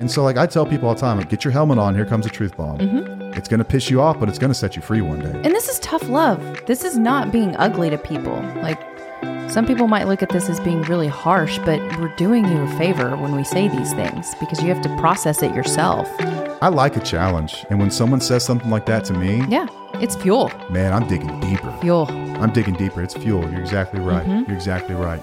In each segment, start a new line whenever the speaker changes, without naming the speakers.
And so, like, I tell people all the time, like, get your helmet on. Here comes a truth bomb. It's going to piss you off, but it's going to set you free one day.
And this is tough love. This is not being ugly to people. Like, some people might look at this as being really harsh, but we're doing you a favor when we say these things because you have to process it yourself.
I like a challenge. And when someone says something like that to me,
Yeah, it's fuel.
man, I'm digging deeper.
Fuel.
I'm digging deeper. It's fuel. You're exactly right. You're exactly right.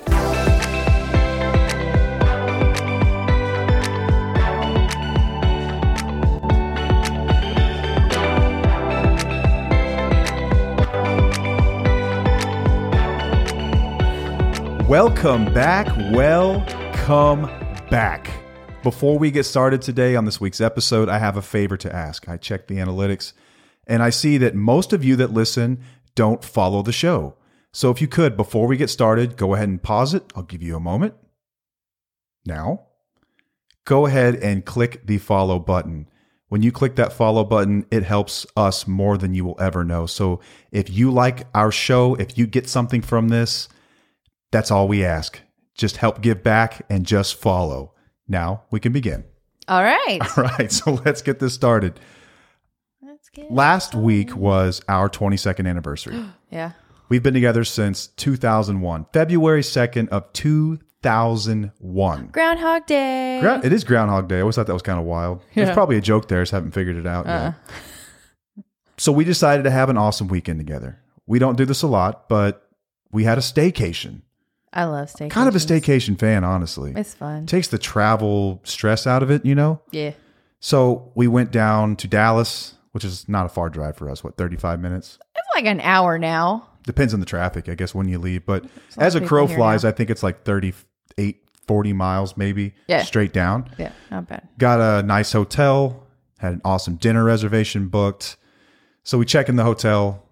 Welcome back. Welcome back. Before we get started today on this week's episode, I have a favor to ask. I checked the analytics and I see that most of you that listen don't follow the show. So if you could, before we get started, go ahead and pause it. I'll give you a moment. Now, go ahead and click the follow button. When you click that follow button, it helps us more than you will ever know. So if you like our show, if you get something from this, that's all we ask. Just help give back and just follow. Now we can begin.
All right.
All right, so let's get this started.
Let's get
Last week was our 22nd anniversary.
Yeah.
We've been together since 2001, February 2nd of 2001.
Groundhog Day.
Gra- It is Groundhog Day. I always thought that was kind of wild. There's
Yeah.
probably a joke there. I just haven't figured it out yet. so we decided to have an awesome weekend together. We don't do this a lot, but we had a staycation.
I love steak.
Kind of a staycation fan, honestly.
It's fun.
takes the travel stress out of it, you know?
Yeah.
So we went down to Dallas, which is not a far drive for us. What, 35 minutes?
It's like an hour now.
Depends on the traffic, I guess, when you leave. But
lot
as a
of people
crow
here
flies, I think it's like 38, 40 miles maybe
Yeah.
straight down.
Yeah. Not bad.
Got a nice hotel, had an awesome dinner reservation booked. So we check in the hotel,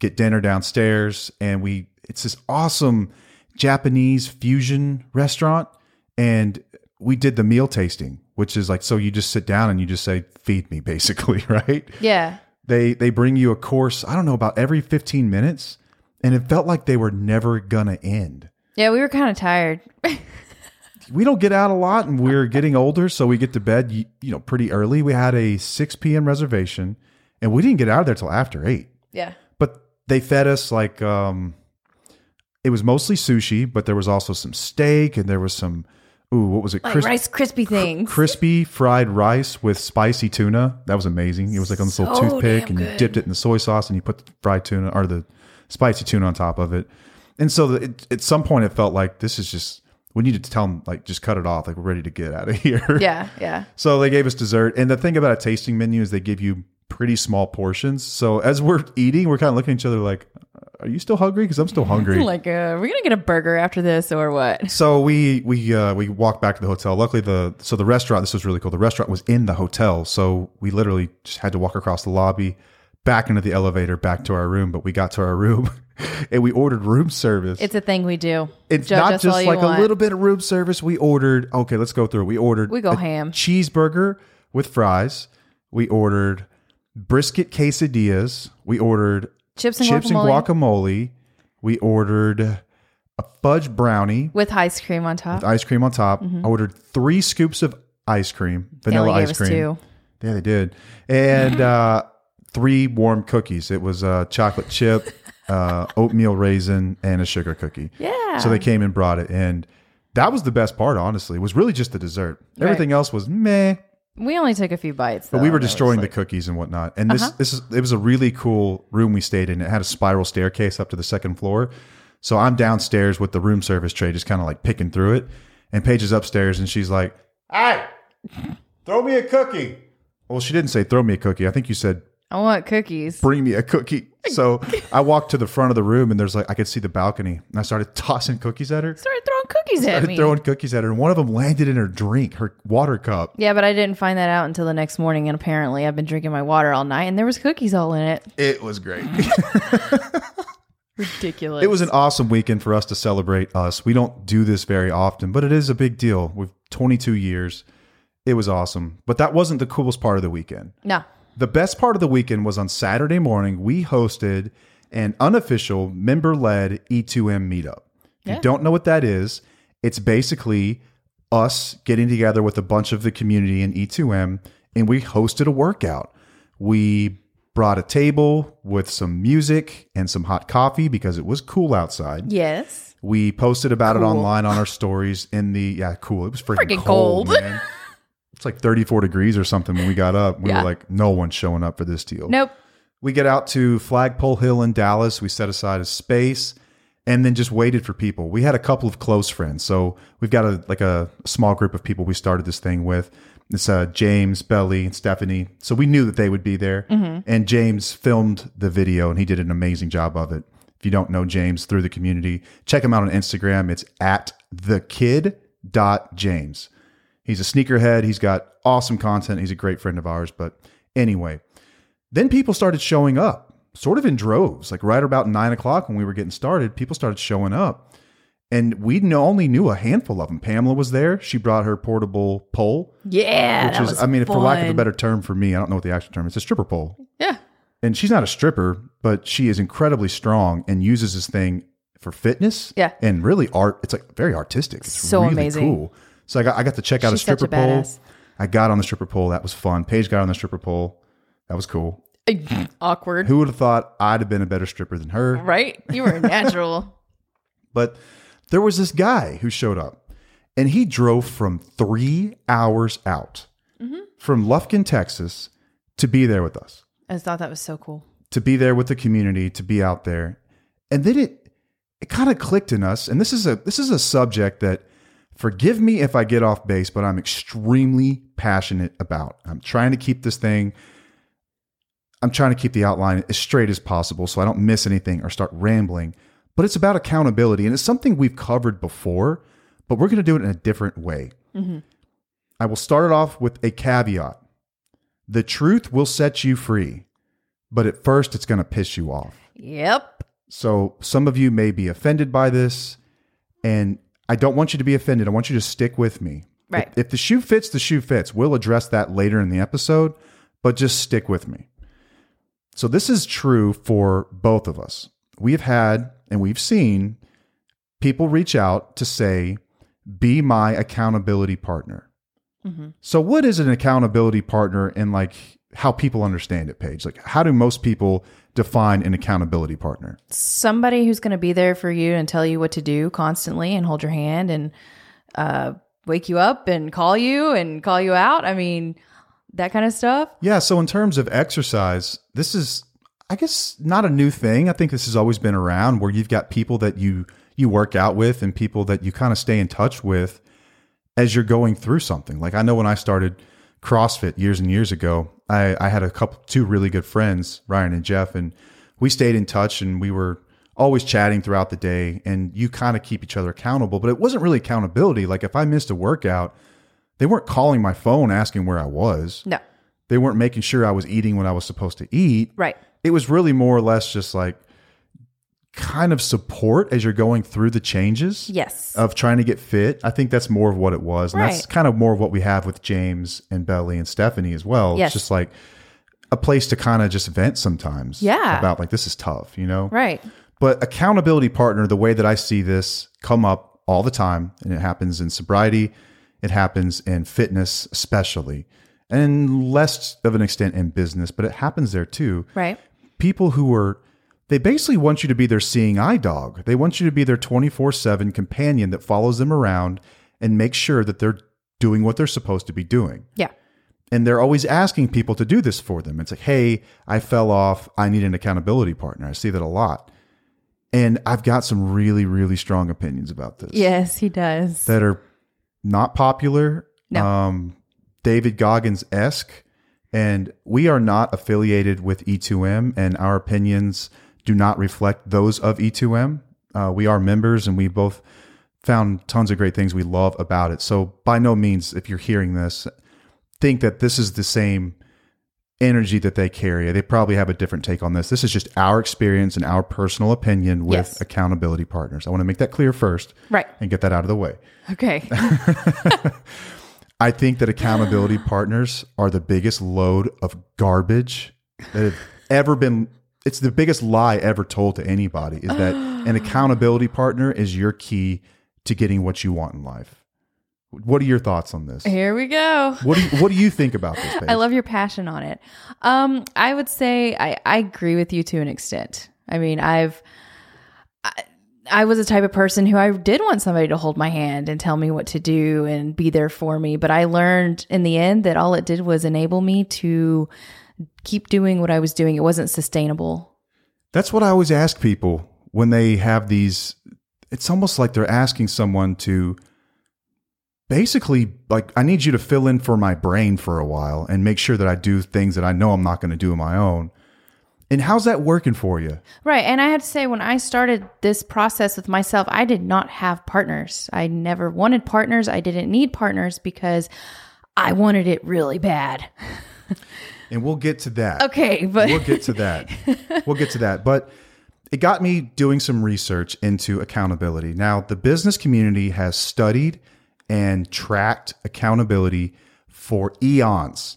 get dinner downstairs, and we it's this awesome Japanese fusion restaurant. And we did the meal tasting, which is like so you just sit down and you just say, feed me, basically, right?
Yeah.
They they bring you a course, I don't know, about every 15 minutes. And it felt like they were never gonna end
Yeah, we were kind of tired.
we don't get out a lot and we're getting older so we get to bed y- you know pretty early we had a 6 p.m reservation and we didn't get out of there till after 8
yeah.
but they fed us like um it was mostly sushi but there was also some steak and there was some ooh what was it
Like
Cris-
Rice crispy things.
crispy fried rice with spicy tuna that was amazing it was like on this
So
little toothpick
damn
and you
good.
dipped it in the soy sauce and you put the fried tuna or the spicy tuna on top of it and so the, it, at some point it felt like this is just we needed to tell them like just cut it off like we're ready to get out of here
yeah. Yeah.
so they gave us dessert and the thing about a tasting menu is they give you pretty small portions so as we're eating we're kind of looking at each other like are you still hungry because i'm still hungry
Like, uh, we're gonna get a burger after this or what?
so we we uh, we walked back to the hotel. Luckily, the so the restaurant this was really cool. The restaurant was in the hotel, so we literally just had to walk across the lobby, back into the elevator, back to our room. But we got to our room, and we ordered room service.
It's a thing we do.
It's
Judge
not
us all
just
you
like
want.
a little bit of room service. We ordered. Okay, let's go through. We ordered.
We go
a
ham.
Cheeseburger with fries. We ordered brisket quesadillas. We ordered
Chips and
chips
guacamole
and guacamole. We ordered a fudge brownie
with ice cream on top.
with ice cream on top. I ordered three scoops of ice cream, vanilla
Mm-hmm. only gave
ice
us
cream.
two.
Yeah, they did, and uh, three warm cookies. It was uh, chocolate chip, uh, oatmeal raisin, and a sugar cookie.
Yeah.
So they came and brought it, and that was the best part. Honestly, was really just the dessert.
Right.
Everything else was meh.
we only took a few bites.
But
though.
we were
That was
destroying
like-
the cookies and whatnot. And this this is it was a really cool room we stayed in. It had a spiral staircase up to the second floor. So I'm downstairs with the room service tray, just kind of like picking through it. And Paige is upstairs and she's like, Hey, throw me a cookie. Well, she didn't say throw me a cookie. I think you said
I want cookies.
bring me a cookie. So I walked to the front of the room and there's like I could see the balcony. And I started tossing cookies at her.
Started throwing cookies at me.
Started throwing cookies at her. And one of them landed in her drink, her water cup.
yeah, but I didn't find that out until the next morning, and apparently I've been drinking my water all night, and there was cookies all in it.
It was great.
Ridiculous.
It was an awesome weekend for us to celebrate us. We don't do this very often, but it is a big deal. We've 22 years. It was awesome. But that wasn't the coolest part of the weekend.
no.
The best part of the weekend was on Saturday morning, we hosted an unofficial member led E2M meetup. If
Yeah.
you don't know what that is, it's basically us getting together with a bunch of the community in E2M, and we hosted a workout. We brought a table with some music and some hot coffee because it was cool outside.
Yes.
We posted about it online on our stories in the yeah, cool. It was freaking,
Freaking
cold,
cold.
man. It's like 34 degrees or something when we got up. We
Yeah.
were like, no one's showing up for this deal.
Nope.
We get out to Flagpole Hill in Dallas. We set aside a space and then just waited for people. We had a couple of close friends. So we've got a like a small group of people we started this thing with. It's uh, James, Belly, and Stephanie. So we knew that they would be there. And James filmed the video and he did an amazing job of it. If you don't know James through the community, check him out on Instagram. It's at thekid.james. He's a sneakerhead. He's got awesome content. He's a great friend of ours. But anyway, then people started showing up sort of in droves like right about nine o'clock when we were getting started people started showing up and we kn- only knew a handful of them pamela was there she brought her portable pole
Yeah.
which
that
is
was
i mean for lack of a
fun.
better term for me i don't know what the actual term is it's a stripper pole
Yeah.
and she's not a stripper but she is incredibly strong and uses this thing for fitness
Yeah.
and really art it's like very artistic it's
So
really
amazing.
cool so i got, I got to check out
She's
a
such
stripper
a
pole
badass.
i got on the stripper pole that was fun paige got on the stripper pole that was cool
Awkward.
who would have thought I'd have been a better stripper than her?
Right? You were a natural.
But there was this guy who showed up and he drove from three hours out from Lufkin, Texas to be there with us,
I thought that was so cool.
to be there with the community, to be out there. And then it it kind of clicked in us. And this is a this is a subject that forgive me if I get off base, but I'm extremely passionate about. I'm trying to keep this thing I'm trying to keep the outline as straight as possible so I don't miss anything or start rambling. But it's about accountability and it's something we've covered before, but we're going to do it in a different way. I will start it off with a caveat. The truth will set you free, but at first it's going to piss you off.
Yep.
So some of you may be offended by this, and I don't want you to be offended. I want you to stick with me.
Right.
If, if the shoe fits, the shoe fits. We'll address that later in the episode, but just stick with me. So this is true for both of us. We've had and we've seen people reach out to say, be my accountability partner. So what is an accountability partner and like how people understand it, Paige? Like how do most people define an accountability partner?
Somebody who's going to be there for you and tell you what to do constantly and hold your hand and uh, wake you up and call you and call you out. I mean, that kind of stuff.
Yeah. So, in terms of exercise, this is, I guess, not a new thing. I think this has always been around where you've got people that you you work out with and people that you kind of stay in touch with as you're going through something. Like I know when I started CrossFit years and years ago, I, I had a couple, two really good friends, Ryan and Jeff, and we stayed in touch and we were always chatting throughout the day. And you kind of keep each other accountable, but it wasn't really accountability. Like if I missed a workout, they weren't calling my phone asking where I was
No.
they weren't making sure I was eating what I was supposed to eat.
Right.
It was really more or less just like kind of support as you're going through the changes
Yes.
of trying to get fit. I think that's more of what it was. And that's
Right.
kind of more of what we have with James and Belly and Stephanie as well.
Yes.
It's just like a place to kind of just vent sometimes.
Yeah.
About like this is tough, you know?
right.
But accountability partner, the way that I see this come up all the time, and it happens in sobriety, it happens in fitness, especially, and less of an extent in business, but it happens there too.
Right.
People who are, they basically want you to be their seeing eye dog. They want you to be their 24 7 companion that follows them around and makes sure that they're doing what they're supposed to be doing
Yeah.
and they're always asking people to do this for them. It's like, hey, I fell off. I need an accountability partner. I see that a lot. And I've got some really, really strong opinions about this
Yes, he does.
that are not popular.
No.
Um, David Goggins esque. And we are not affiliated with E2M, and our opinions do not reflect those of E2M. Uh, we are members, and we both found tons of great things we love about it. So, by no means, if you're hearing this, think that this is the same energy that they carry. They probably have a different take on this. This is just our experience and our personal opinion with
Yes.
accountability partners. I want to make that clear first
right.
and get that out of the way.
Okay.
I think that accountability partners are the biggest load of garbage that have ever been. It's the biggest lie ever told to anybody is that an accountability partner is your key to getting what you want in life. What are your thoughts on this?
Here we go.
What do you, what do you think about this? Paige?
I love your passion on it. Um, I would say I, I agree with you to an extent. I mean, I've I, I was the type of person who I did want somebody to hold my hand and tell me what to do and be there for me, but I learned in the end that all it did was enable me to keep doing what I was doing. It wasn't sustainable.
That's what I always ask people when they have these. It's almost like they're asking someone to basically like I need you to fill in for my brain for a while and make sure that I do things that I know I'm not going to do on my own. And how's that working for you?
Right. And I had to say, when I started this process with myself, I did not have partners. I never wanted partners. I didn't need partners because I wanted it really bad.
And we'll get to that.
Okay. But
We'll get to that. we'll get to that. But it got me doing some research into accountability. Now, the business community has studied and tracked accountability for eons.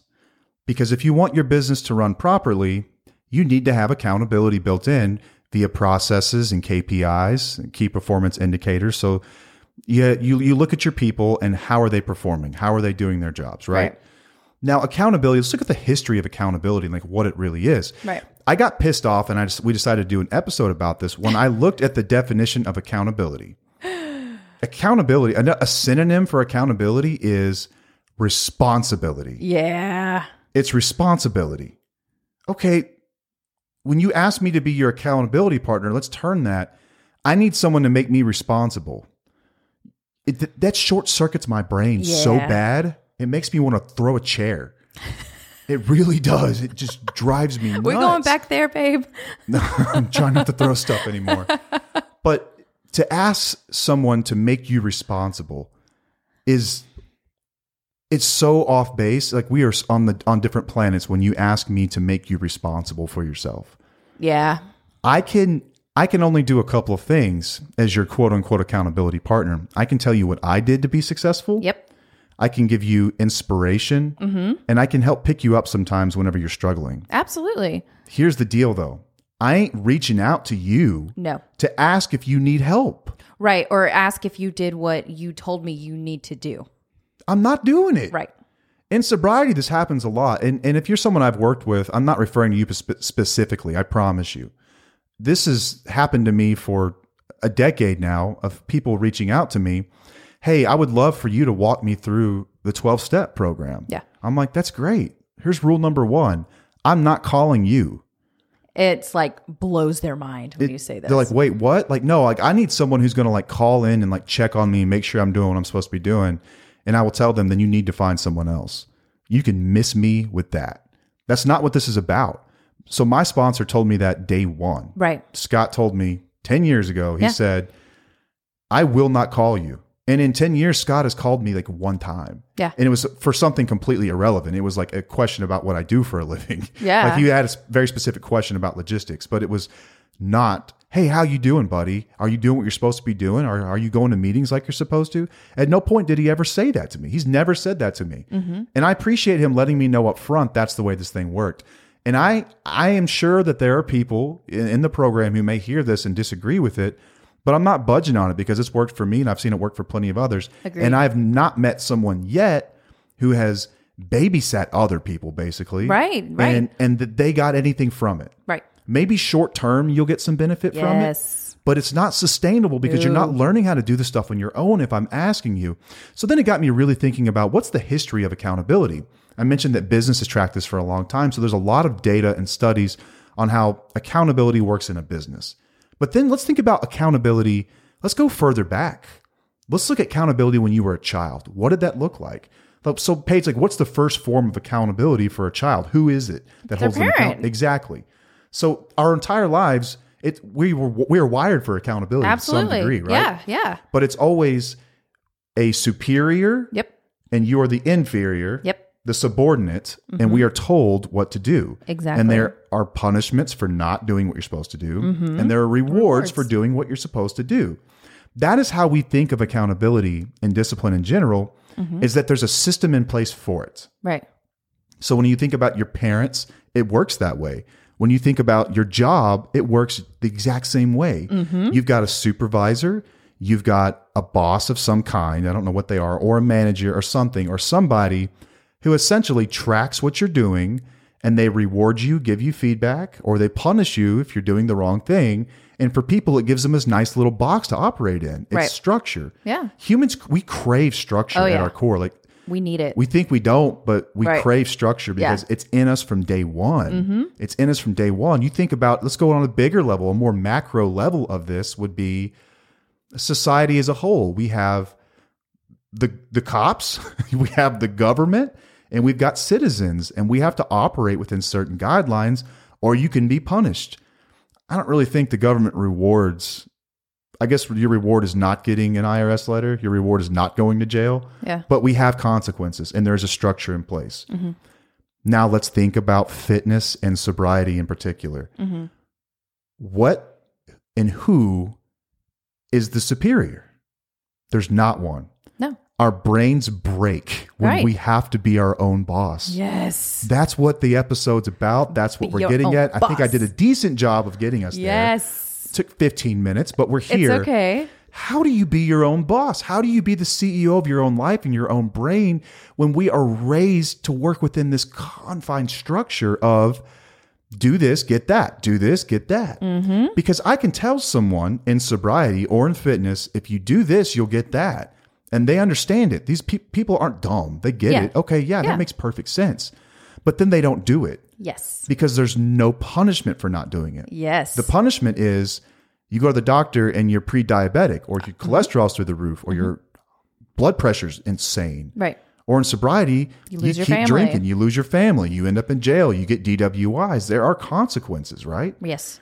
Because if you want your business to run properly, you need to have accountability built in via processes and KPIs, and key performance indicators. So yeah, you you look at your people and how are they performing? How are they doing their jobs, right?
Right.
Now, accountability, let's look at the history of accountability and like what it really is.
Right.
I got pissed off and I just, we decided to do an episode about this when I looked at the definition of accountability. Accountability, a, a synonym for accountability is responsibility
yeah.
it's responsibility. Okay, when you ask me to be your accountability partner, let's turn that. I need someone to make me responsible. It, th- that short circuits my brain so
Yeah.
bad, it makes me want to throw a chair. It really does. It just drives me nuts.
We're going back there, babe.
I'm trying not to throw stuff anymore. But to ask someone to make you responsible is it's so off base. Like we are on the on different planets when you ask me to make you responsible for yourself.
Yeah.
I can I can only do a couple of things as your quote unquote accountability partner. I can tell you what I did to be successful.
Yep.
I can give you inspiration and I can help pick you up sometimes whenever you're struggling.
Absolutely.
Here's the deal though. I ain't reaching out to you
No.
to ask if you need help.
Right. Or ask if you did what you told me you need to do.
I'm not doing it.
Right.
In sobriety, this happens a lot. And, and if you're someone I've worked with, I'm not referring to you spe- specifically, I promise you. This has happened to me for a decade now of people reaching out to me. Hey, I would love for you to walk me through the 12 step program.
Yeah.
I'm like, that's great. Here's rule number one I'm not calling you.
It's like blows their mind when you say this.
They're like, wait, what? Like, no, like I need someone who's going to like call in and like check on me and make sure I'm doing what I'm supposed to be doing. And I will tell them, then you need to find someone else. You can miss me with that. That's not what this is about. So my sponsor told me that day one.
right.
Scott told me 10 years ago, he
Yeah.
said, I will not call you. And in 10 years, Scott has called me like one time.
Yeah.
And it was for something completely irrelevant. It was like a question about what I do for a living.
Yeah.
Like you had a s- very specific question about logistics, but it was not, hey, how you doing, buddy? Are you doing what you're supposed to be doing? Are, are you going to meetings like you're supposed to? At no point did he ever say that to me. He's never said that to me.
Mm-hmm.
And I appreciate him letting me know up front that's the way this thing worked. And I, I am sure that there are people in, in the program who may hear this and disagree with it, but I'm not budging on it because it's worked for me and I've seen it work for plenty of others.
Agreed.
And I've not met someone yet who has babysat other people basically.
Right, right.
And and that they got anything from it.
Right.
Maybe short term you'll get some benefit from it,
Yes.
but it's not sustainable because you're not learning how to do this stuff on your own if I'm asking you. So then it got me really thinking about what's the history of accountability. I mentioned that business has tracked this for a long time, so there's a lot of data and studies on how accountability works in a business. But then let's think about accountability. Let's go further back. Let's look at accountability when you were a child. What did that look like? Like, So, Paige, like, what's the first form of accountability for a child? Who is it that holds them
parent.
accountable? Exactly. So our entire lives, it we were we are wired for accountability to
Absolutely.
some degree, right?
Yeah. Yeah.
But it's always a superior
Yep.
and you are the inferior,
Yep. Mm-hmm.
the subordinate, and we are told what to do.
Exactly.
And there are punishments for not doing what you're supposed to do,
Mm-hmm.
and there are rewards, for doing what you're supposed to do. That is how we think of accountability and discipline in general,
Mm-hmm.
is that there's a system in place for it.
Right.
So when you think about your parents, it works that way. When
Mm-hmm.
you think about your job, it works the exact same way. You've got a supervisor, you've got a boss of some kind, I don't know what they are, or a manager or something, or somebody who essentially tracks what you're doing and they reward you, give you feedback, or they punish you if you're doing the wrong thing. And for people, it gives them this nice little box to operate in. It's
Right.
structure.
Yeah.
Humans, we crave structure
Oh,
at
yeah.
our core. Like
We need it.
we think we don't, but we
Right.
crave structure because it's in us from day one. It's in us from day one. You think about, let's go on a bigger level, a more macro level of this would be society as a whole. We have the the cops, we have the government, and we've got citizens, and we have to operate within certain guidelines, or you can be punished. I don't really think the government rewards. I guess your reward is not getting an IRS letter. Your reward is not going to jail
yeah.
but we have consequences and there's a structure in place. Now let's think about fitness and sobriety in particular.
Mhm.
What and who is the superior? There's not one.
No.
Our brains break when
Right.
we have to be our own boss.
Yes.
That's what the episode's about. That's what
Be
we're
your
getting
own
at. I think I
boss.
did a decent job of getting us there.
Yes.
took 15 minutes, but we're here
It's okay.
how do you be your own boss? How do you be the CEO of your own life and your own brain when we are raised to work within this confined structure of do this, get that, do this, get that?
Mm-hmm.
Because I can tell someone in sobriety or in fitness, if you do this, you'll get that. And they understand it. These pe- people aren't dumb. They get
Yeah.
it. Okay, yeah,
Yeah.
that makes perfect sense. But then they don't do it
Yes.
because there's no punishment for not doing it.
Yes.
The punishment is you go to the doctor and you're pre-diabetic, or your
Mm-hmm.
cholesterol's through the roof, or your blood pressure's insane.
right.
Or in sobriety, you,
lose your
keep
family.
drinking, you lose your family, you end up in jail, you get DWIs. There are consequences, right?
Yes.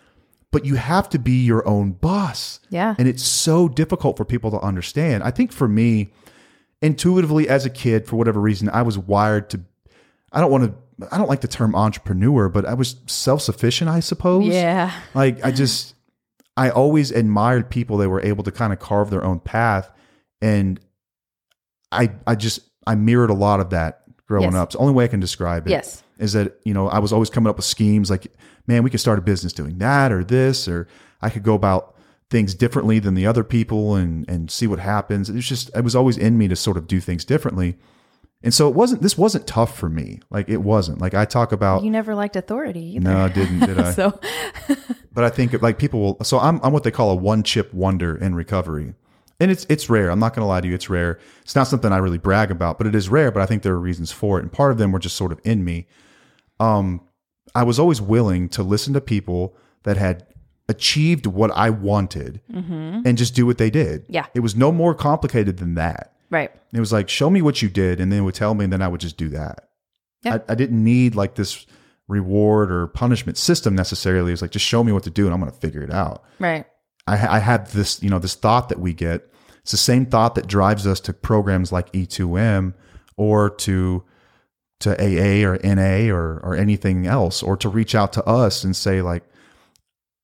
But you have to be your own boss.
Yeah.
And it's so difficult for people to understand. I think for me, intuitively as a kid, for whatever reason, I was wired to I don't want to I don't like the term entrepreneur, but I was self-sufficient, I suppose
Yeah.
like i just i always admired people that were able to kind of carve their own path and i i just i mirrored a lot of that growing
Yes.
up it's the only way i can describe it
Yes.
is that you know i was always coming up with schemes like man we could start a business doing that or this or i could go about things differently than the other people and and see what happens it's just it was always in me to sort of do things differently and so it wasn't this wasn't tough for me like it wasn't like i talk about
You never liked authority either.
no i didn't did i
So
but I think like people will. So I'm I'm what they call a one chip wonder in recovery, and it's it's rare. I'm not going to lie to you, it's rare. It's not something I really brag about, but it is rare. But I think there are reasons for it, and part of them were just sort of in me. Um, I was always willing to listen to people that had achieved what I wanted and just do what they did.
Yeah.
it was no more complicated than that.
right.
It was like, show me what you did, and then it would tell me, and then I would just do that.
Yeah.
I, I didn't need like this reward or punishment system necessarily. It's like just show me what to do, and I'm going to figure it out.
Right.
I, ha- I had this, you know, this thought that we get. It's the same thought that drives us to programs like E2M or to to AA or NA or or anything else, or to reach out to us and say like,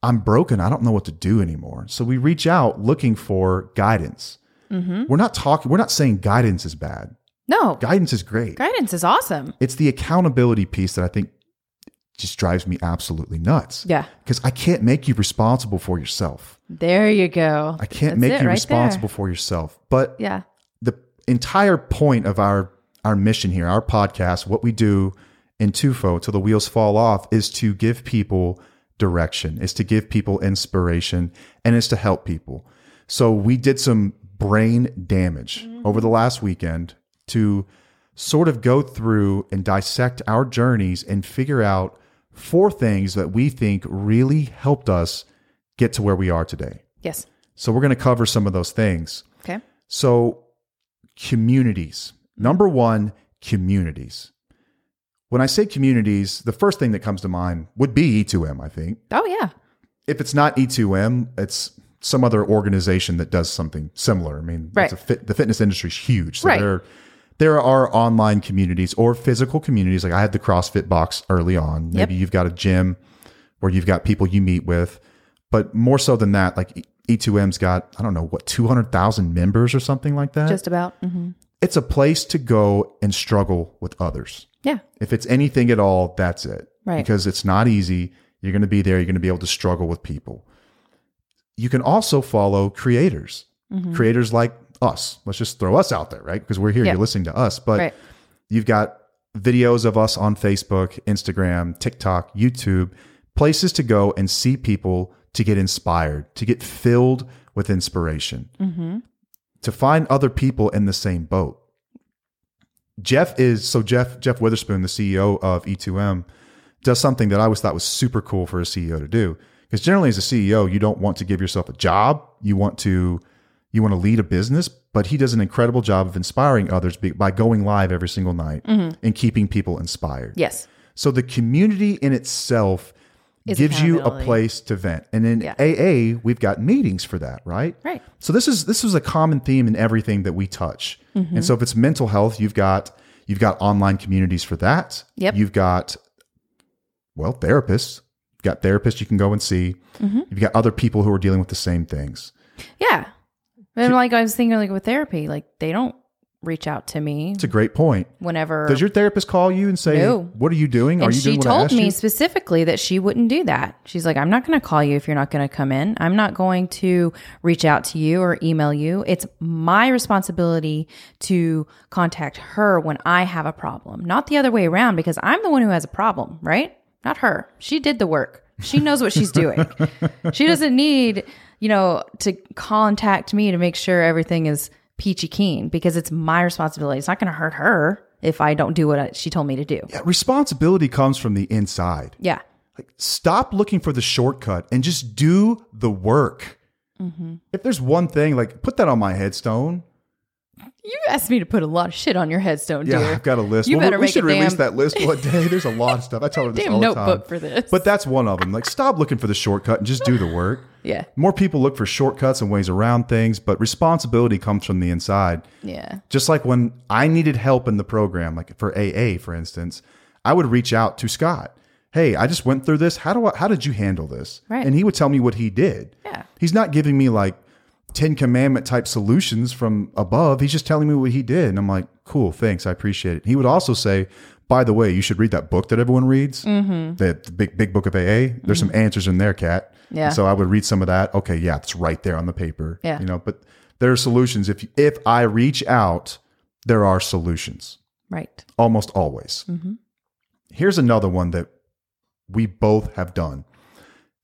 "I'm broken. I don't know what to do anymore." So we reach out looking for guidance.
Mm-hmm.
We're not talking. We're not saying guidance is bad.
No.
Guidance is great.
Guidance is awesome.
It's the accountability piece that I think just drives me absolutely nuts
Yeah.
because I can't make you responsible for yourself.
There you go.
I can't
That's
make
it
you
right
responsible for yourself. But
there. Yeah.
the entire point of our our mission here, our podcast, what we do in Tufo till the wheels fall off is to give people direction, is to give people inspiration, and is to help people. So we did some brain damage over the last weekend to sort of go through and dissect our journeys and figure out four things that we think really helped us get to where we are today.
Yes.
So we're going to cover some of those things.
Okay.
So, communities. Number one, communities. When I say communities, the first thing that comes to mind would be E2M, I think.
Oh yeah.
If it's not E2M, it's some other organization that does something similar. I mean, that's
Right.
a fit, the fitness industry is huge. So
Right.
there, there are online communities or physical communities. Like I had the CrossFit box early on. Maybe you've got a gym where you've got people you meet with. But more so than that, like E, E2M's got, I don't know, what, 200,000 members or something like that?
Just about. hmm
it's a place to go and struggle with others.
Yeah.
If it's anything at all, that's it.
Right.
Because it's not easy. You're going to be there. You're going to be able to struggle with people. You can also follow creators. creators like us. Let's just throw us out there, right? Because we're here,
Mm-hmm. Yeah.
you're listening to us. But
Right.
you've got videos of us on Facebook, Instagram, TikTok, YouTube, places to go and see people to get inspired, to get filled with inspiration, to find other people in the same boat. Jeff is so Jeff Jeff Witherspoon, the CEO of E2M, does something that I always thought was super cool for a CEO to do. Because generally, as a CEO, you don't want to give yourself a job. You want to you want to lead a business. But he does an incredible job of inspiring others be- by going live every single night
Mm-hmm.
and keeping people inspired.
Yes.
So the community in itself gives you a
accountability.
place to vent. And in
Yeah.
AA, we've got meetings for that, right?
Right.
So this is this is a common theme in everything that we touch. And so if it's mental health, you've got you've got online communities for that.
Yep.
You've got well, therapists. You've got therapists you can go and see.
Mm-hmm.
You've got other people who are dealing with the same things.
Yeah. And like I was thinking, like with therapy, like they don't reach out to me
It's a great point.
whenever.
Does your therapist call you and say,
No.
"What are you doing? are
and
you
she
doing what I
told
asked
me
you?"
specifically that she wouldn't do that. She's like, I'm not going to call you if you're not going to come in. I'm not going to reach out to you or email you. It's my responsibility to contact her when I have a problem, not the other way around, because I'm the one who has a problem, right? Not her. She did the work. She knows what she's doing. she doesn't need, you know, to contact me to make sure everything is peachy keen because it's my responsibility. It's not going to hurt her if I don't do what I, she told me to do.
Yeah, responsibility comes from the inside.
Yeah.
Like, stop looking for the shortcut and just do the work.
Mm-hmm.
If there's one thing, like put that on my headstone.
You asked me to put a lot of shit on your headstone,
Yeah,
dear.
I've got a list.
You
Well, we-
better
we
make
should
a
release
damn-
that list one day. There's a lot of stuff. I tell her this
Damn
all the
notebook
time.
for this.
But that's one of them. Like, stop looking for the shortcut and just do the work.
yeah,
More people look for shortcuts and ways around things, but responsibility comes from the inside.
yeah,
Just like when I needed help in the program, like for AA, for instance, I would reach out to Scott. Hey, I just went through this. How do I, how did you handle this?
Right.
And he would tell me what he did.
Yeah.
He's not giving me like 10 commandment type solutions from above. He's just telling me what he did. And I'm like, cool, thanks. I appreciate it. He would also say, by the way, you should read that book that everyone reads, mm-hmm. the, the big, big book of AA. There's some answers in there, Kat.
Mm-hmm. Yeah.
And so I would read some of that. Okay. Yeah. It's right there on the paper.
Yeah.
You know, but there are solutions. If, if I reach out, there are solutions
right.
almost always. Here's another one that we both have done.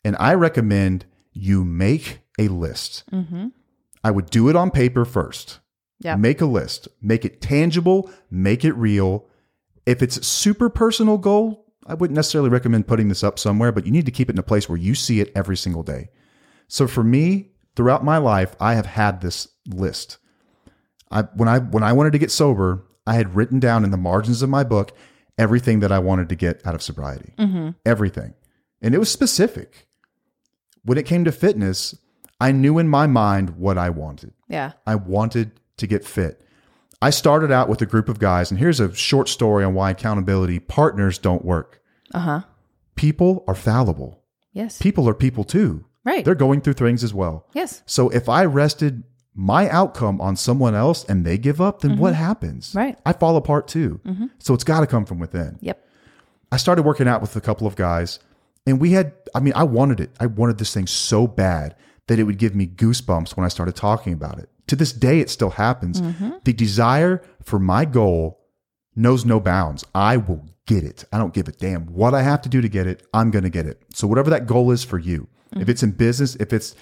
And I recommend you make a list. I would do it on paper first.
Yeah.
Make a list, make it tangible, make it real. If it's a super personal goal, I wouldn't necessarily recommend putting this up somewhere, but you need to keep it in a place where you see it every single day. So for me, throughout my life, I have had this list. I when I when I wanted to get sober, I had written down in the margins of my book everything that I wanted to get out of sobriety. Everything. And it was specific. When it came to fitness, I knew in my mind what I wanted.
Yeah,
I wanted to get fit. I started out with a group of guys, and here's a short story on why accountability partners don't work.
uh huh.
People are fallible.
Yes,
People are people too.
right.
They're going through things as well.
yes,
So if I rested my outcome on someone else and they give up, then what happens?
Mm-hmm. Right. Mm-hmm.
I fall apart too. So it's got to come from within.
yep,
I started working out with a couple of guys, and we had, I mean, I wanted it. I wanted this thing so bad that it would give me goosebumps when I started talking about it. To this day, it still happens. The desire for my goal knows no bounds. I will get it. I don't give a damn what I have to do to get it. I'm going to get it. So, whatever that goal is for you, if it's in business, if it's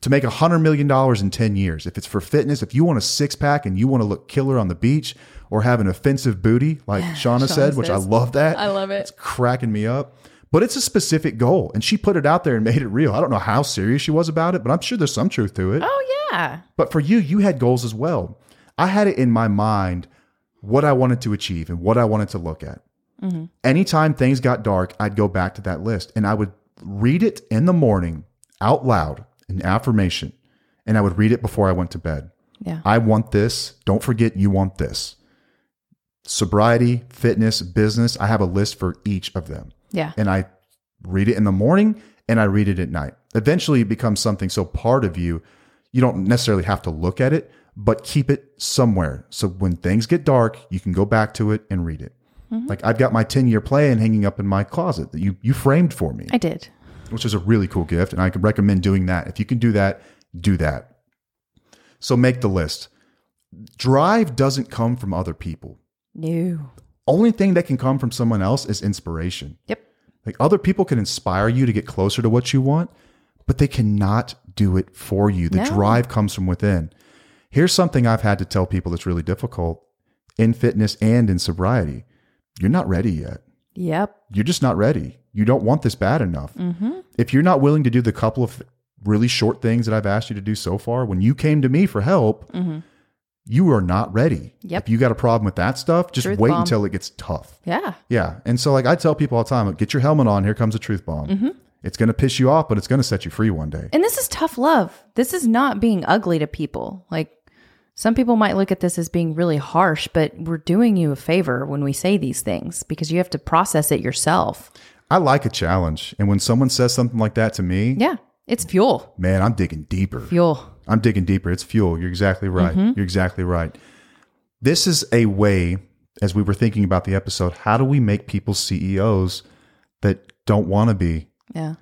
to make $100 million in 10 years, if it's for fitness, if you want a six pack and you want to look killer on the beach or have an offensive booty, like Shauna said, which I
says.
love that.
I love it.
It's cracking me up. But it's a specific goal. And she put it out there and made it real. I don't know how serious she was about it, but I'm sure there's some truth to it.
Oh yeah,
But for you, you had goals as well. I had it in my mind what I wanted to achieve and what I wanted to look at. Anytime things got dark, I'd go back to that list and I would read it in the morning out loud, an affirmation, and I would read it before I went to bed.
yeah,
I want this. Don't forget you want this. Sobriety, fitness, business. I have a list for each of them.
yeah,
And I read it in the morning and I read it at night. Eventually, it becomes something so part of you, you don't necessarily have to look at it, but keep it somewhere. So when things get dark, you can go back to it and read it. Like I've got my 10 year plan hanging up in my closet that you, you framed for me
I did.
which is a really cool gift. And I could recommend doing that. If you can do that, do that. So make the list. Drive doesn't come from other people.
New.
Only thing that can come from someone else is inspiration.
Yep.
Like other people can inspire you to get closer to what you want, but they cannot do it for you. The
No.
drive comes from within. Here's something I've had to tell people that's really difficult in fitness and in sobriety. You're not ready yet.
Yep.
You're just not ready. You don't want this bad enough.
Mm-hmm.
If you're not willing to do the couple of really short things that I've asked you to do so far, when you came to me for help, you are not ready.
Mm-hmm. Yep.
If you got a problem with that stuff, just
Truth
wait
bomb.
until it gets tough.
Yeah.
Yeah. And so like I tell people all the time, get your helmet on, here comes a truth bomb. It's going to piss you off, but it's going to set you free one day.
And this is tough love. This is not being ugly to people. Like some people might look at this as being really harsh, but we're doing you a favor when we say these things because you have to process it yourself.
I like a challenge. And when someone says something like that to me,
Yeah. It's fuel.
man, I'm digging deeper.
Fuel.
I'm digging deeper. It's fuel. You're exactly right. You're exactly right. This is a way, as we were thinking about the episode, how do we make people CEOs that don't want to be?
Yeah.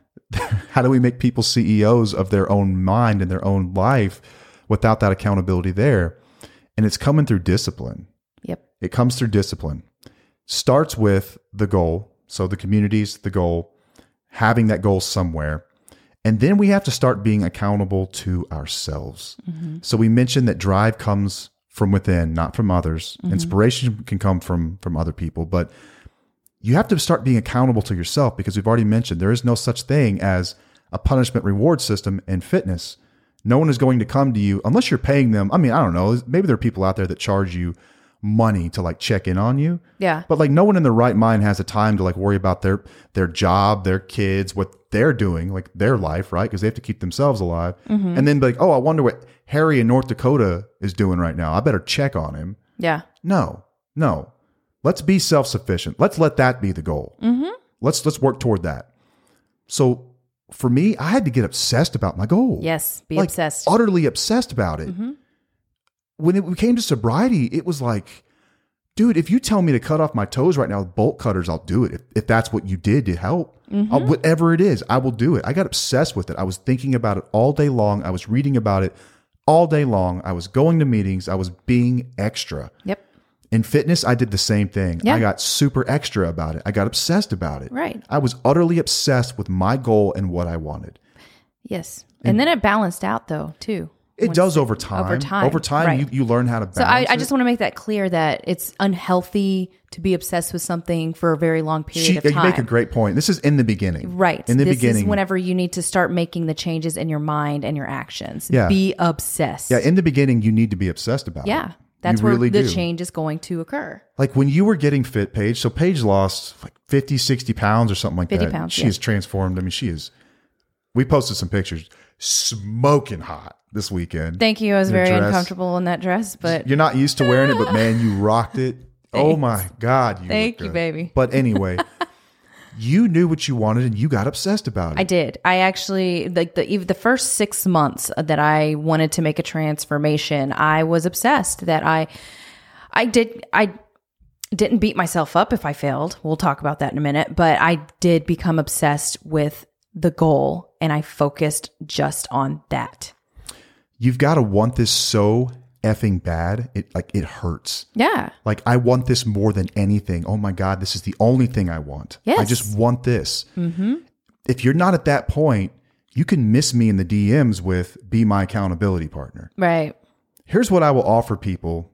How do we make people CEOs of their own mind and their own life without that accountability there? And it's coming through discipline.
Yep.
It comes through discipline. Starts with the goal. So the communities, the goal, having that goal somewhere. And then we have to start being accountable to ourselves. So we mentioned that drive comes from within, not from others. Inspiration can come from from other people, but you have to start being accountable to yourself because we've already mentioned there is no such thing as a punishment reward system in fitness. No one is going to come to you unless you're paying them. I mean, I don't know. Maybe there are people out there that charge you money to like check in on you.
Yeah.
But like no one in their right mind has the time to like worry about their their job, their kids, what they're doing, like their life, right? Because they have to keep themselves alive. And then be like, oh, I wonder what Harry in North Dakota is doing right now. I better check on him.
Yeah.
No, no. Let's be self sufficient. Let's let that be the goal. Mm-hmm. Let's let's work toward that. So for me, I had to get obsessed about my goal.
Yes. Be
Like,
obsessed. Mm-hmm.
Utterly obsessed about it. When it came to sobriety, it was like, dude, if you tell me to cut off my toes right now with bolt cutters, I'll do it. If, if that's what you did to help,
Mm-hmm.
I'll- whatever it is, I will do it. I got obsessed with it. I was thinking about it all day long. I was reading about it all day long. I was going to meetings. I was being extra.
Yep.
In fitness, I did the same thing.
Yeah.
I got super extra about it. I got obsessed about it.
Right.
I was utterly obsessed with my goal and what I wanted.
Yes. And, then it balanced out though, too.
It does over time.
Over time,
Over time,
right.
you, you learn how to
So I,
balance.
I
it.
just want to make that clear that it's unhealthy to be obsessed with something for a very long period
She- uh,
of
you
time.
make a great point. This is in the beginning.
Right.
In the
this
beginning.
is whenever you need to start making the changes in your mind and your actions.
Yeah.
Be obsessed.
yeah, uh, in the beginning, you need to be obsessed about it.
Yeah. That's
You
where
really
the
do.
change is going to occur.
Like when you were getting fit, Paige, so Paige lost like 50, 60 pounds or something like
50
that.
pounds,
she
yeah.
is transformed. I mean, she is. We posted some pictures, smoking hot this weekend.
Thank you. I was
Your
very
dress.
uncomfortable in that dress, but
You're not used to wearing it, but man, you rocked it. Oh my God. You
Thank
look
you,
good.
baby.
But anyway, you knew what you wanted and you got obsessed about it.
I did. I actually like the even the first six months that I wanted to make a transformation. I was obsessed that I, I did. I didn't beat myself up if I failed. We'll talk about that in a minute. But I did become obsessed with the goal, and I focused just on that.
You've got to want this so effing bad. It like it hurts.
Yeah.
Like I want this more than anything. Oh my God, this is the only thing I want. I
Yes.
just want this. Mm-hmm. If you're not at that point, you can miss me in the DMs with be my accountability partner.
Right.
here's what I will offer people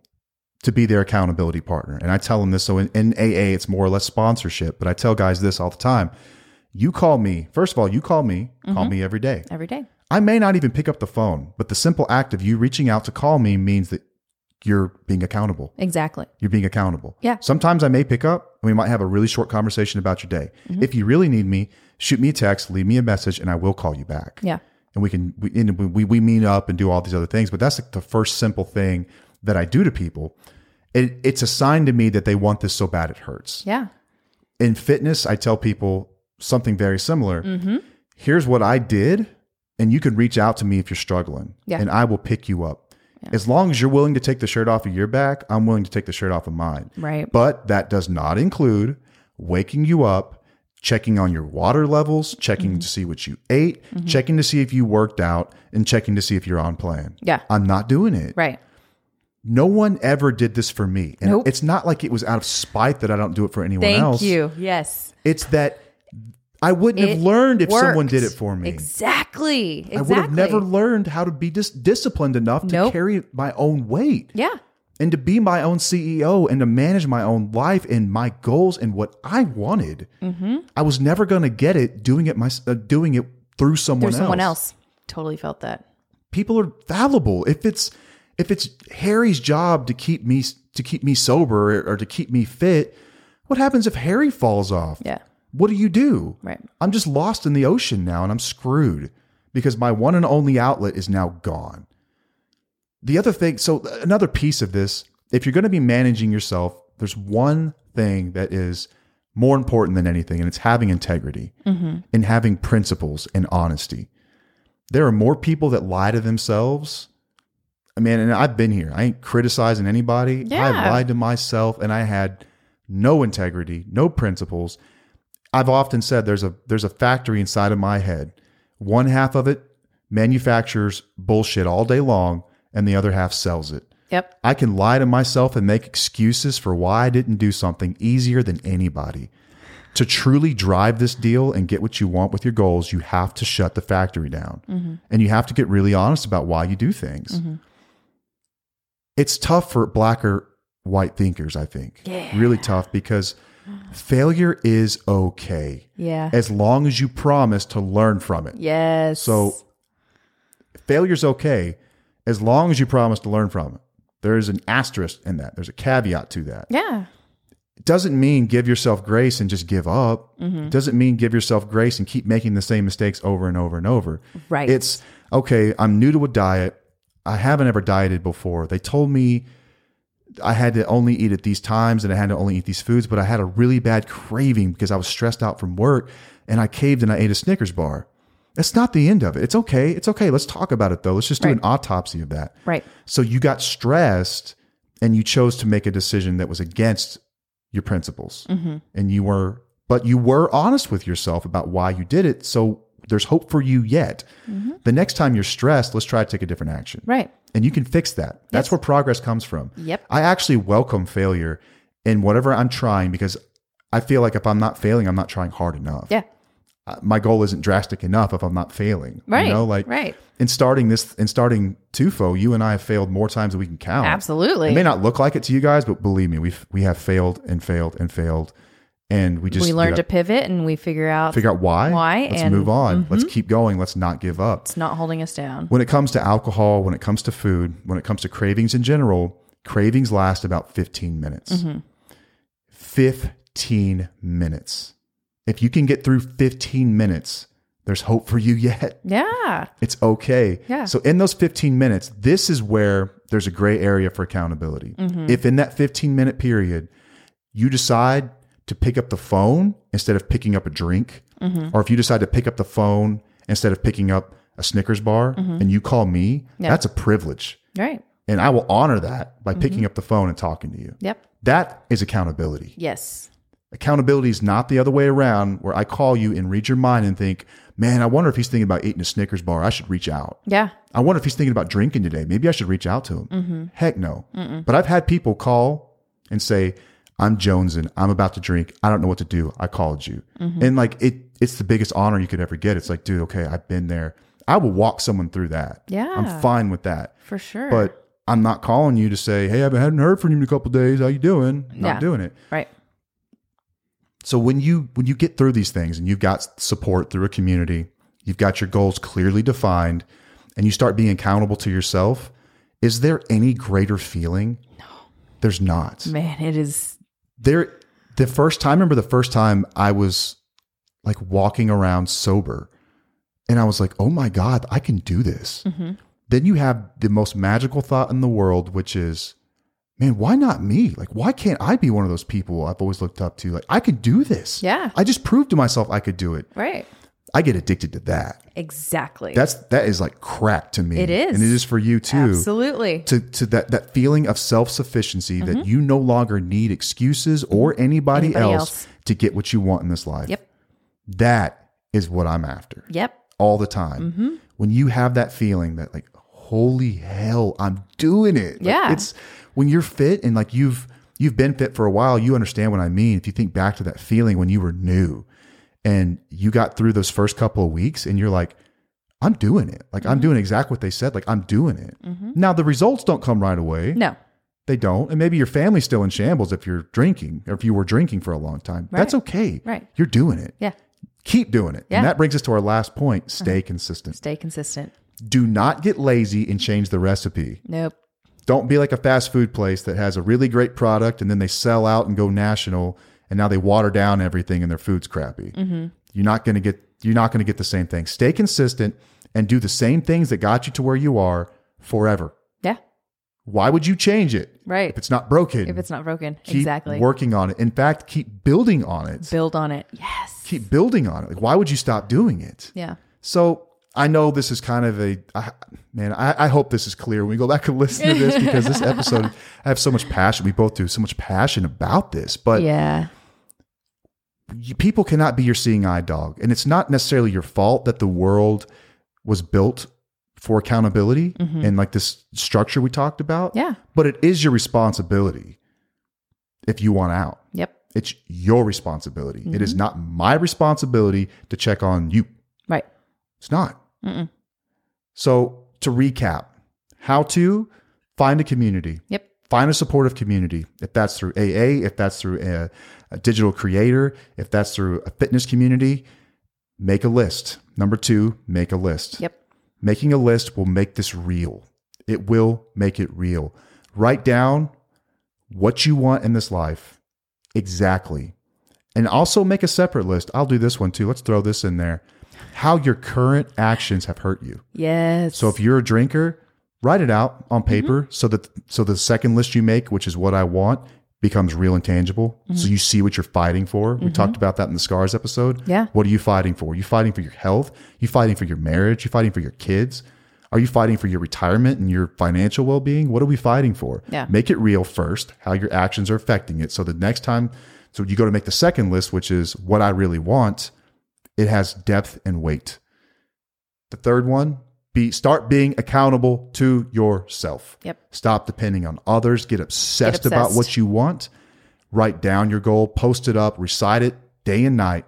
to be their accountability partner. And I tell them this. So in, in AA, it's more or less sponsorship, but I tell guys this all the time. You call me. First of all, you call me, call me every day.
Every day.
I may not even pick up the phone, but the simple act of you reaching out to call me means that you're being accountable.
Exactly.
You're being accountable.
Yeah.
Sometimes I may pick up and we might have a really short conversation about your day.
Mm-hmm.
If you really need me, shoot me a text, leave me a message, and I will call you back
Yeah.
and we can we, and we we meet up and do all these other things but that's like the first simple thing that i do to people it, it's a sign to me that they want this so bad it hurts
Yeah.
in fitness i tell people something very similar
Mm-hmm.
here's what i did and you can reach out to me if you're struggling
Yeah.
and i will pick you up as long as you're willing to take the shirt off of your back i'm willing to take the shirt off of mine
Right.
but that does not include waking you up checking on your water levels, checking
Mm-hmm.
to see what you ate, checking to see if you worked out, and checking to see if you're on plan.
Yeah.
I'm not doing it.
Right.
No one ever did this for me. And
Nope.
it's not like it was out of spite that I don't do it for anyone
Thank
else.
you. Yes.
It's that I wouldn't
It
have learned if someone
worked.
did it for me.
Exactly. Exactly.
I would have never learned how to be dis- disciplined enough to
Nope.
carry my own weight
Yeah.
and to be my own CEO and to manage my own life and my goals and what I wanted.
Mm-hmm.
I was never going to get it doing it my, uh, doing it through someone
There's someone
else
else. Totally felt that.
people are fallible. If it's if it's Harry's job to keep me to keep me sober or, to keep me fit, what happens if Harry falls off?
Yeah.
What do you do?
Right.
I'm just lost in the ocean now and I'm screwed because my one and only outlet is now gone. The other thing, so another piece of this, if you're going to be managing yourself, there's one thing that is more important than anything, and it's having integrity and having principles and honesty. There are more people that lie to themselves. I mean, and I've been here. I ain't criticizing anybody. I
Yeah.
lied to myself and I had no integrity, no principles. I've often said there's a there's a factory inside of my head. One half of it manufactures bullshit all day long, and the other half sells it.
Yep.
I can lie to myself and make excuses for why I didn't do something easier than anybody. To truly drive this deal and get what you want with your goals, you have to shut the factory down. And you have to get really honest about why you do things. It's tough for black or white thinkers, I think.
Yeah.
Really tough because failure is okay
Yeah.
as long as you promise to learn from it.
yes.
So failure's okay as long as you promise to learn from it. There is an asterisk in that. There's a caveat to that.
yeah.
It doesn't mean give yourself grace and just give up. It doesn't mean give yourself grace and keep making the same mistakes over and over and over.
Right.
It's okay, I'm new to a diet. I haven't ever dieted before. They told me I had to only eat at these times and I had to only eat these foods, but I had a really bad craving because I was stressed out from work and I caved and I ate a Snickers bar. That's not the end of it. It's okay. It's okay. Let's talk about it though. Let's just do
Right.
an autopsy of that.
right.
So you got stressed and you chose to make a decision that was against your principles.
Mm-hmm.
And you were, but you were honest with yourself about why you did it. So there's hope for you yet. The next time you're stressed, let's try to take a different action.
Mm-hmm. Right.
And you can fix that. That's where progress comes from.
Yep.
I actually welcome failure in whatever I'm trying because I feel like if I'm not failing, I'm not trying hard enough.
Yeah.
Uh, My goal isn't drastic enough if I'm not failing.
Right.
You know, like
right.
in starting this in starting Tufo, you and I have failed more times than we can count.
Absolutely.
It may not look like it to you guys, but believe me, we we have failed and failed and failed, and we just
we learn
gotta
to pivot and we figure out
figure out why.
why
Let's
and- mm-hmm.
move on. Let's keep going. Let's not give up.
it's not holding us down.
When it comes to alcohol, when it comes to food, when it comes to cravings in general, cravings last about fifteen minutes.
Mm-hmm.
Fifteen minutes. If you can get through fifteen minutes, there's hope for you yet.
Yeah.
It's okay.
Yeah.
So in those 15 minutes, this is where there's a gray area for accountability. If in that 15 minute period you decide to pick up the phone instead of picking up a drink, or if you decide to pick up the phone instead of picking up a Snickers bar and you call me, that's a privilege.
Right.
And I will honor that by picking up the phone and talking to you.
Yep.
That is accountability.
Yes.
Accountability is not the other way around where I call you and read your mind and think, man, I wonder if he's thinking about eating a Snickers bar. I should reach out.
Yeah.
I wonder if he's thinking about drinking today. Maybe I should reach out to him.
Mm-hmm.
Heck no. But I've had people call and say, I'm Jonesing. I'm about to drink. I don't know what to do. I called you.
Mm-hmm.
And like it it's the biggest honor you could ever get. It's like, dude, okay, I've been there. I will walk someone through that.
Yeah.
I'm fine with that.
For sure.
But I'm not calling you to say, Hey, I haven't heard from you in a couple days. How you doing? Not
Yeah.
doing it.
right.
So when you when you get through these things and you've got support through a community, you've got your goals clearly defined, and you start being accountable to yourself, is there any greater feeling? No. There's not.
Man, it is
There the first time I remember the first time I was like walking around sober and I was like, "Oh my god, I can do this."
Mm-hmm.
Then you have the most magical thought in the world, which is Man, why not me? Like, why can't I be one of those people I've always looked up to? Like, I could do this.
yeah.
I just proved to myself I could do it.
Right.
I get addicted to that.
Exactly.
That's that is like crack to me.
It is.
and it is for you too.
absolutely.
To to that that feeling of self sufficiency that you no longer need excuses or anybody,
Mm-hmm. Anybody
else,
else.
to get what you want in this life.
Yep.
That is what I'm after
Yep.
all the time.
Mm-hmm.
When you have that feeling that like, holy hell, I'm doing it. Like,
Yeah.
It's when you're fit and like you've you've been fit for a while, you understand what I mean. If you think back to that feeling when you were new and you got through those first couple of weeks and you're like, I'm doing it. Like
Mm-hmm.
I'm doing exactly what they said. Like I'm doing it. Now the results don't come right away.
No.
They don't. And maybe your family's still in shambles if you're drinking or if you were drinking for a long time. That's okay.
Right.
You're doing it
Yeah.
keep doing it.
Yeah. Mm-hmm.
And that brings us to our last point stay consistent.
Stay consistent.
Do not get lazy and change the recipe.
Nope.
Don't be like a fast food place that has a really great product and then they sell out and go national and now they water down everything and their food's crappy.
Mm-hmm.
You're not going to get you're not going to get the same thing. Stay consistent and do the same things that got you to where you are forever.
Yeah.
Why would you change it?
Right.
If it's not broken.
If it's not broken.
keep
exactly.
working on it. In fact, keep building on it.
Build on it. Yes.
Keep building on it. Like, why would you stop doing it?
yeah.
So I know this is kind of a I, man. I, I hope this is clear when we go back and listen to this because this episode I have so much passion. We both do so much passion about this, but
yeah.
you, people cannot be your seeing eye dog, and it's not necessarily your fault that the world was built for accountability and like this structure we talked about.
Mm-hmm. Yeah.
but it is your responsibility if you want out.
Yep.
It's your responsibility. It
Mm-hmm.
is not my responsibility to check on you.
Right.
It's not.
Mm-mm.
So, to recap, how to find a community,
Yep.
find a supportive community. If that's through AA, if that's through a, a digital creator, if that's through a fitness community, make a list. Number two, make a list.
Yep.
Making a list will make this real. It will make it real. Write down what you want in this life exactly. And also make a separate list. I'll do this one too. Let's throw this in there. How your current actions have hurt you.
Yes.
So if you're a drinker, write it out on
Mm-hmm.
paper so that so the second list you make, which is what I want, becomes real and tangible.
Mm-hmm.
So you see what you're fighting for. We talked about that in the scars episode.
Yeah.
What are you fighting for? you fighting for your health? you fighting for your marriage? you fighting for your kids? Are you fighting for your retirement and your financial well-being? What are we fighting for?
Yeah.
Make it real first, how your actions are affecting it. So the next time so you go to make the second list, which is what I really want, it has depth and weight. The third one, be start being accountable to yourself.
Yep.
Stop depending on others. Get obsessed, about
obsessed.
what you want. Write down your goal, post it up, recite it day and night.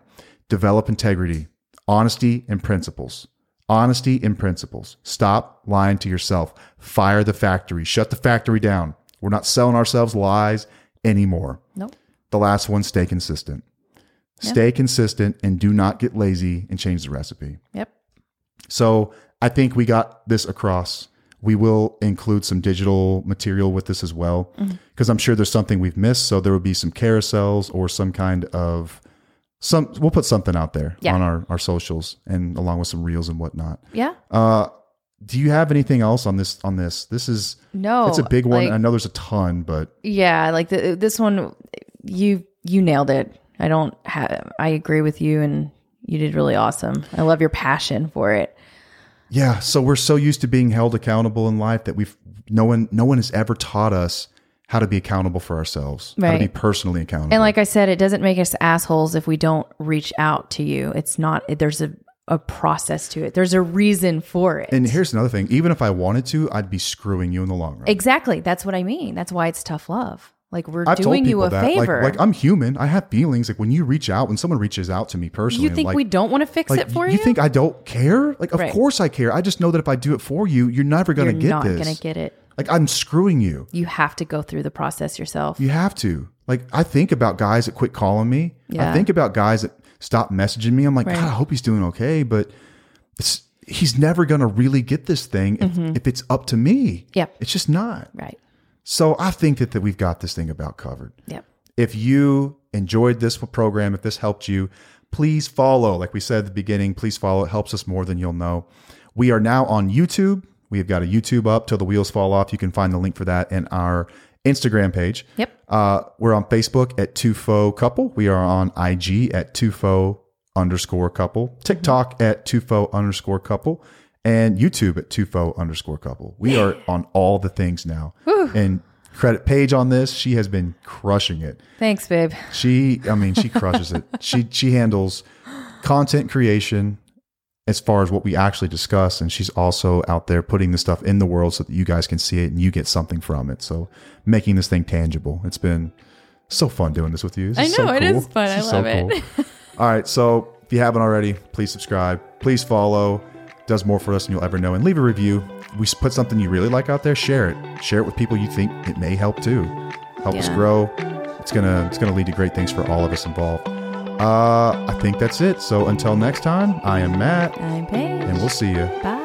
Develop integrity, honesty, and principles. Honesty and principles. Stop lying to yourself. Fire the factory. Shut the factory down. We're not selling ourselves lies anymore.
nope.
The last one, stay consistent. Stay consistent and do not get lazy and change the recipe.
Yep.
So I think we got this across. We will include some digital material with this as well,
Mm-hmm.
because I'm sure there's something we've missed. So there will be some carousels or some kind of some. We'll put something out there
Yeah.
on our our socials and along with some reels and whatnot.
Yeah.
Uh, do you have anything else on this? On this, this is
No.
it's a big one.
like-
I know there's a ton, but
Yeah, like the, this one, you you nailed it. I don't have. I agree with you, and you did really awesome. I love your passion for it.
Yeah, so we're so used to being held accountable in life that we've no one no one has ever taught us how to be accountable for ourselves, how to
Right.
be personally accountable.
And like I said, it doesn't make us assholes if we don't reach out to you. It's not. It, there's a a process to it. There's a reason for it.
and here's another thing: even if I wanted to, I'd be screwing you in the long run.
exactly. That's what I mean. That's why it's tough love. Like we're
I've told
doing
people
you a
that.
favor.
Like, like I'm human. I have feelings. Like when you reach out, when someone reaches out to me personally,
you think
like,
we don't want to fix
like,
it for
you
you?
think I don't care? Like of
Right.
course I care. I just know that if I do it for you, you're never gonna
You're
get
not
this.
gonna get it.
like I'm screwing you.
You have to go through the process yourself.
You have to. Like I think about guys that quit calling me. I
Yeah.
think about guys that stop messaging me. I'm like, God, I hope he's doing okay, but it's, he's never gonna really get this thing if, if it's up to me.
Mm-hmm. Yep.
It's just not.
right.
So I think that, that we've got this thing about covered.
Yep.
If you enjoyed this program, if this helped you, please follow. Like we said at the beginning, please follow. It helps us more than you'll know. We are now on YouTube. We've got a YouTube up till the wheels fall off. You can find the link for that in our Instagram page.
Yep.
Uh, we're on Facebook at Tufo Couple. We are on IG at Tufo underscore couple, TikTok at Tufo underscore couple, and YouTube at Tufo underscore couple. We are on all the things now. And credit Paige on this. She has been crushing it.
Thanks, babe.
She, I mean, she crushes it. She she handles content creation as far as what we actually discuss. And she's also out there putting the stuff in the world so that you guys can see it and you get something from it. So making this thing tangible. It's been so fun doing this with you. This
I
is
know
so
it
cool.
is fun. I
This is
love it.
cool. All right. So if you haven't already, please subscribe. Please follow. It does more for us than you'll ever know. And leave a review. We s- put something you really like out there. Share it. Share it with people you think it may help too. Help us
Yeah.
grow. It's gonna it's gonna lead to great things for all of us involved. Uh, I think that's it. So until next time, I am Matt,
I'm Paige.
and we'll see you.
Bye.